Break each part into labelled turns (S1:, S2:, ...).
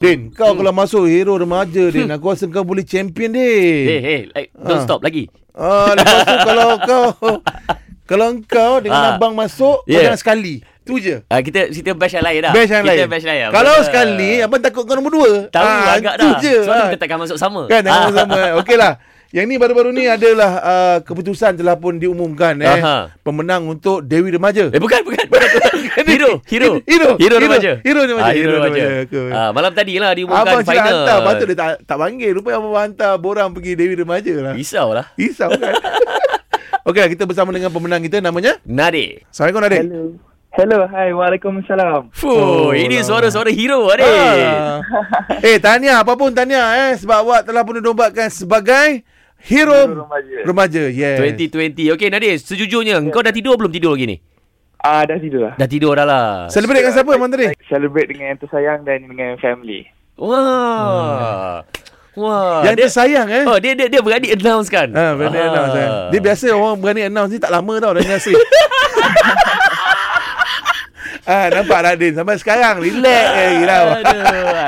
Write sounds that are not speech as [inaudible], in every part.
S1: Din, kau hmm. kalau masuk hero remaja,
S2: [laughs]
S1: Din. Aku rasa kau boleh champion, Din.
S2: Hey, hey, like, don't
S1: Ah.
S2: stop lagi.
S1: Ah, lepas tu kalau kau
S2: [laughs]
S1: kalau kau dengan
S2: Ah.
S1: abang masuk, kau
S2: Yeah.
S1: jangan sekali. Tu je.
S2: Ah, kita kita bash yang lain dah.
S1: Best yang
S2: kita
S1: lain.
S2: bash lain.
S1: Kalau
S2: Betul.
S1: sekali, abang takut kau nombor dua.
S2: Tahu
S1: Ah,
S2: agak
S1: tu
S2: dah.
S1: je.
S2: Sebab tu
S1: Ah.
S2: kita takkan masuk sama.
S1: Kan
S2: Ah.
S1: dengan
S2: [laughs]
S1: sama Okey lah Yang ni baru-baru ni adalah uh, Keputusan telah pun diumumkan eh
S2: Aha.
S1: Pemenang untuk Dewi Remaja
S2: Eh bukan
S1: [laughs]
S2: bukan bukan. hero,
S1: Hero,
S2: hero. hero
S1: hero,
S2: remaja.
S1: hero remaja,
S2: Ah, hero
S1: hero
S2: remaja.
S1: remaja. Aku.
S2: Ah, malam tadi lah diumumkan
S1: Abang silap
S2: final.
S1: hantar Patut dia tak, tak panggil Rupanya abang hantar Borang pergi Dewi Remaja lah
S2: Risau lah.
S1: Risau kan [laughs] Okey lah kita bersama dengan pemenang kita Namanya
S2: Nadi.
S1: Assalamualaikum Adik
S3: Hello. Hello, hi. Waalaikumsalam.
S2: Fuh,
S1: Oh,
S2: ini
S1: lah.
S2: suara-suara hero Nadi.
S1: Ah. Eh tahniah Apa pun tahniah eh Sebab awak telah pun didombatkan sebagai Hero,
S3: Hero remaja.
S1: Remaja yes.
S2: 2020. Okey Nadi, sejujurnya
S1: Ya.
S2: kau dah tidur belum tidur lagi ni?
S3: Ah, dah tidur lah.
S2: Dah tidur dah lah.
S1: Celebrate dengan siapa Abang tadi?
S3: Celebrate dengan yang tersayang dan dengan family.
S2: Wah. Wah.
S1: Hmm. Yang dia sayang eh
S2: Ah, Oh, dia dia dia berani announce kan?
S1: Ha, berani ah. announce kan. Dia biasa orang berani announce ni tak lama tau dah nasi. [laughs] ah, nampak tak Din? Sampai sekarang relax je
S2: Ah,
S1: gila.
S2: Aduh.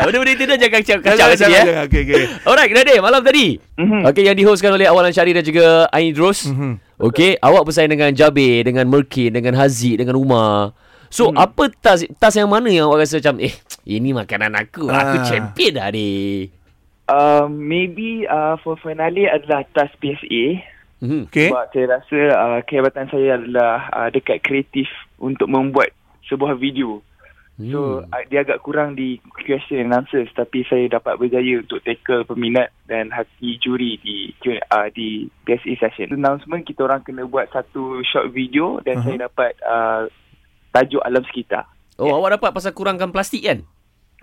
S2: Benda-benda itu dah jangan kacau kacau sini eh.
S1: Okey okey.
S2: Alright, Nadir, malam tadi.
S1: Hmm.
S3: Mhm.
S2: Okey, yang dihostkan oleh Awal Ansyari dan juga Ain Idrus.
S1: Mhm.
S2: Okey, awak bersaing dengan Jabir, dengan Merkin, dengan Haziq, dengan Umar. So,
S1: Hmm.
S2: apa tas tas yang mana yang awak rasa macam eh ini makanan aku. Aku
S1: Ah.
S2: champion dah ni.
S3: Um, maybe uh, for finale adalah tas PSA.
S2: Mhm.
S1: Okey.
S3: Sebab saya rasa uh, kehebatan saya adalah uh, dekat kreatif untuk membuat sebuah video. So, uh, dia agak kurang di question and answers. Tapi saya dapat berjaya untuk tackle peminat dan hati juri di uh, di PSA session. Announcement, kita orang kena buat satu short video
S1: Aha.
S3: dan uh-huh. saya dapat uh, tajuk alam sekitar.
S2: Oh,
S1: Eh.
S2: awak dapat pasal kurangkan plastik kan?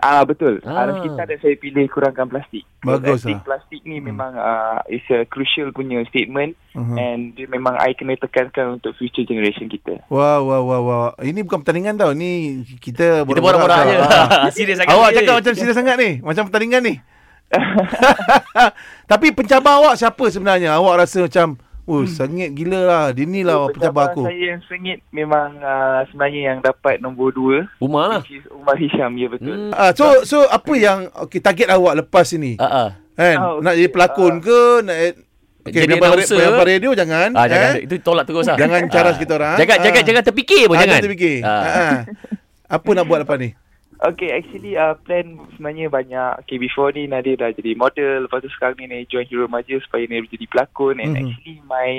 S3: Ah betul.
S2: Ah.
S3: Ah. Alam kita dan saya pilih kurangkan plastik.
S1: Bagus
S3: Plastik,
S1: lah.
S3: plastik ni memang uh, is a crucial punya statement
S1: Mhm.
S3: and dia memang I kena tekankan untuk future generation kita.
S1: Wah wah wah wah. Ini bukan pertandingan tau. Ni kita
S2: Kita borak-borak
S1: tau.
S2: je. [laughs]
S1: Ah.
S2: Serius sangat.
S1: Awak
S2: ni.
S1: cakap macam serius sangat ni. Macam pertandingan
S2: [laughs]
S1: ni. Tapi pencabar awak siapa sebenarnya? Awak rasa macam Oh,
S2: Hmm.
S1: sengit gila lah. Dia ni lah
S3: So,
S1: pencabar aku.
S3: Saya yang sengit memang uh, sebenarnya yang dapat nombor dua
S2: Umar lah.
S3: which is Umar Hisham ya
S2: Hmm.
S3: betul.
S1: Ah, so so apa yang okay, target awak lepas ni?
S2: Ah ah.
S1: Kan?
S3: Ah,
S1: Oh,
S3: okey.
S1: nak jadi pelakon
S3: Ah.
S1: ke? Nak eh, okay,
S2: Jadi
S1: jadi penyampai,
S2: announcer.
S1: penyampai radio jangan.
S2: Ah, jangan
S1: Eh?
S2: itu tolak terus lah.
S1: Jangan
S2: Ah.
S1: caras kita orang.
S2: Jangan
S1: Ah.
S2: jangan jangan terfikir pun
S1: Ah,
S2: jangan.
S1: Kita fikir. Ah. ah. Apa nak buat lepas
S2: [laughs]
S1: ni?
S3: Okay actually uh, plan sebenarnya banyak. Okay before ni Nadia dah jadi model, lepas tu sekarang ni Nadia join Hero Remaja supaya Nadia jadi pelakon
S1: Mhm.
S3: and actually my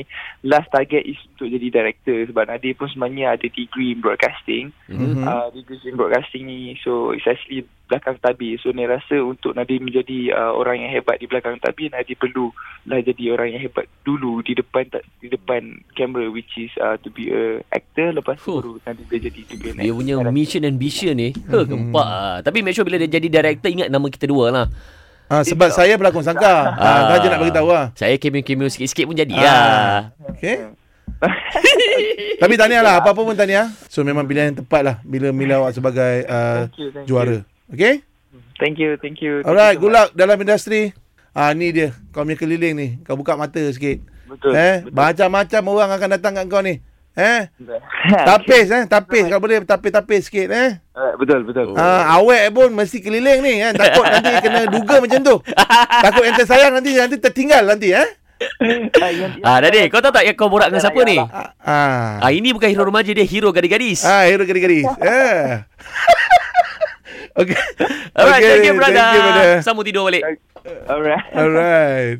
S3: last target is untuk jadi director sebab Nadia pun sebenarnya ada degree in broadcasting.
S1: Mhm.
S3: hmm. uh, degree in broadcasting ni so it's actually belakang tabir so Nadia rasa untuk Nadia menjadi uh, orang yang hebat di belakang tabir Nadia perlu lah jadi orang yang hebat dulu di depan ta- di depan kamera which is uh, to be a actor lepas tu
S2: Fuh.
S3: baru Nadia boleh jadi to be an
S2: Dia punya
S3: director.
S2: mission and vision ni
S1: Hmm.
S2: Huh gempak lah. Tapi make sure bila dia jadi director Ingat nama kita dua lah
S1: Ah, sebab saya pelakon sangka. Ah, saja nak beritahu lah.
S2: Saya cameo-cameo sikit-sikit pun jadi
S1: Ah.
S2: lah
S1: Okay. Hmm. [laughs] Tapi tahniah lah. Apa-apa pun tahniah. So memang pilihan yang tepat lah. Bila Mila awak sebagai uh,
S3: Thank you, thank you.
S1: juara. Okay?
S3: Thank you, thank you.
S1: Alright.
S3: Thank you so
S1: Good luck dalam industri. Ah, ni dia. Kau punya keliling ni. Kau buka mata sikit.
S3: much. Betul.
S1: eh,
S3: betul.
S1: macam-macam orang akan datang kat kau ni. Eh?
S3: [laughs] Okay.
S1: Tapis eh, tapis kalau boleh tapis-tapis sikit eh.
S3: Alright, betul, betul.
S1: Oh. Ah, awet pun mesti keliling ni kan. Takut nanti kena duga macam tu. Takut yang tersayang nanti nanti tertinggal nanti eh.
S3: Ah, yang- yang-
S2: Ah, Nadir kau tahu tak Yang kau borak dengan siapa ni
S1: Ah. Ah,
S2: Ah, ini bukan hero remaja dia hero gadis-gadis.
S1: ah hero garis-garis.
S2: [laughs]
S1: Eh. okay.
S2: Alright,
S1: Okay,
S2: thank you brother.
S1: Thank you brother.
S2: Sambung tidur balik.
S3: [laughs] Alright.
S1: Alright.